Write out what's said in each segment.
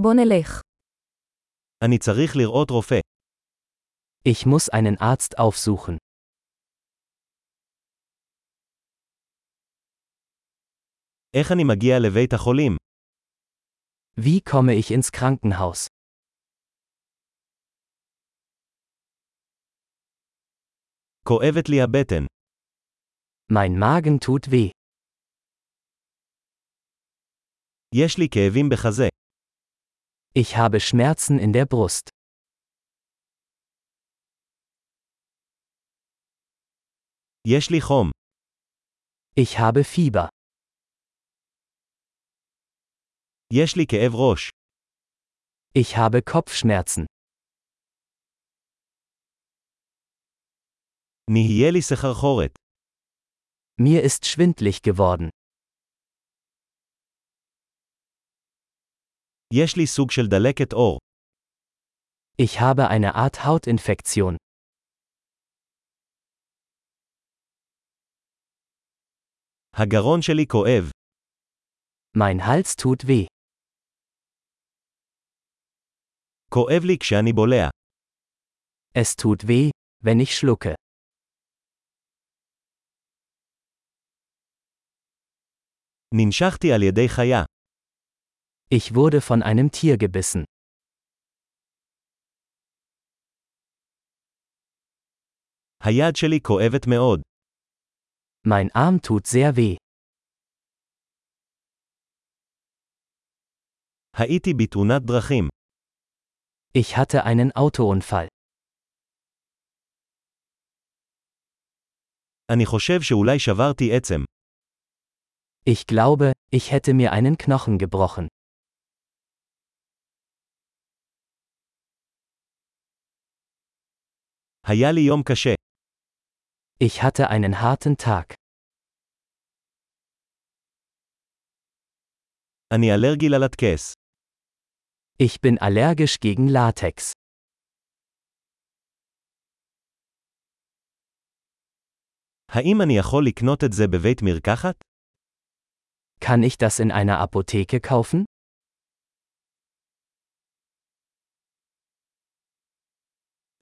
בוא נלך. אני צריך לראות רופא. Ich muss einen Arzt aufsuchen. איך אני מגיע לבית החולים? Wie komme ich ins Krankenhaus? כואבת לי הבטן. Mein Magen tut weh. יש לי כאבים בחזה. Ich habe Schmerzen in der Brust. יש לי חום. Ich habe Fieber. יש לי כאב ראש. Ich habe Kopfschmerzen. נהיה לי סחרחורת. Mir ist schwindlig geworden. יש לי סוג של דלקת עור. Ich habe eine Art Hautinfektion. הגרון שלי כואב. Mein Hals tut weh. כואב לי כשאני בולע. Es tut weh, wenn ich schlucke. ננשכתי על ידי חיה. Ich wurde von einem Tier gebissen. היד שלי כואבת מאוד. Mein Arm tut sehr weh. הייתי בתאונת דרכים. Ich hatte einen Autounfall. אני חושב שאולי שברתי עצם. Ich glaube, ich hätte mir einen Knochen gebrochen. היה לי יום קשה. Ich hatte einen harten Tag. אני אלרגי ללטקס. Ich bin allergisch gegen Latex. האם אני יכול לקנות את זה בבית מרקחת? Kann ich das in einer Apotheke kaufen?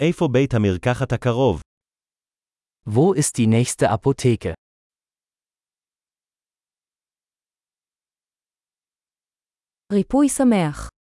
איפה בית המרקחת הקרוב? Wo ist die nächste Apotheke? ריפוי שמח.